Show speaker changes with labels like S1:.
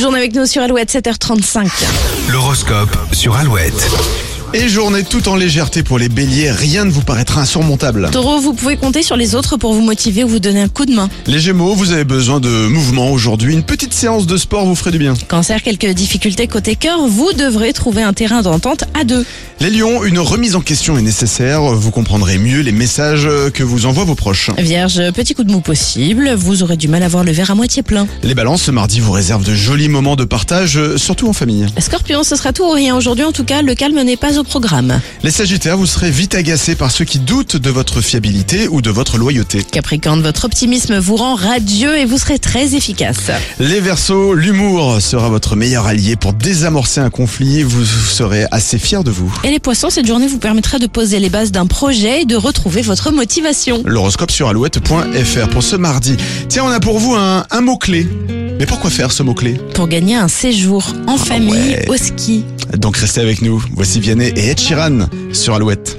S1: journée avec nous sur Alouette 7h35.
S2: L'horoscope sur Alouette.
S3: Et journée tout en légèreté pour les béliers, rien ne vous paraîtra insurmontable.
S1: Taureau, vous pouvez compter sur les autres pour vous motiver ou vous donner un coup de main.
S3: Les gémeaux, vous avez besoin de mouvement aujourd'hui, une petite séance de sport vous ferait du bien.
S1: Cancer, quelques difficultés côté cœur, vous devrez trouver un terrain d'entente à deux.
S3: Les lions, une remise en question est nécessaire, vous comprendrez mieux les messages que vous envoient vos proches.
S1: Vierge, petit coup de mou possible, vous aurez du mal à voir le verre à moitié plein.
S3: Les balances, ce mardi vous réserve de jolis moments de partage, euh, surtout en famille.
S1: Scorpion, ce sera tout ou rien aujourd'hui, en tout cas, le calme n'est pas au programme.
S3: Les sagittaires, vous serez vite agacés par ceux qui doutent de votre fiabilité ou de votre loyauté.
S1: Capricorne, votre optimisme vous rend radieux et vous serez très efficace.
S3: Les versos, l'humour sera votre meilleur allié pour désamorcer un conflit, vous serez assez fiers de vous.
S1: Et les poissons, cette journée vous permettra de poser les bases d'un projet et de retrouver votre motivation.
S3: L'horoscope sur alouette.fr pour ce mardi. Tiens, on a pour vous un, un mot-clé. Mais pourquoi faire ce mot-clé
S1: Pour gagner un séjour en famille
S3: ouais.
S1: au ski.
S3: Donc restez avec nous. Voici Vianney et Ed Sheeran sur Alouette.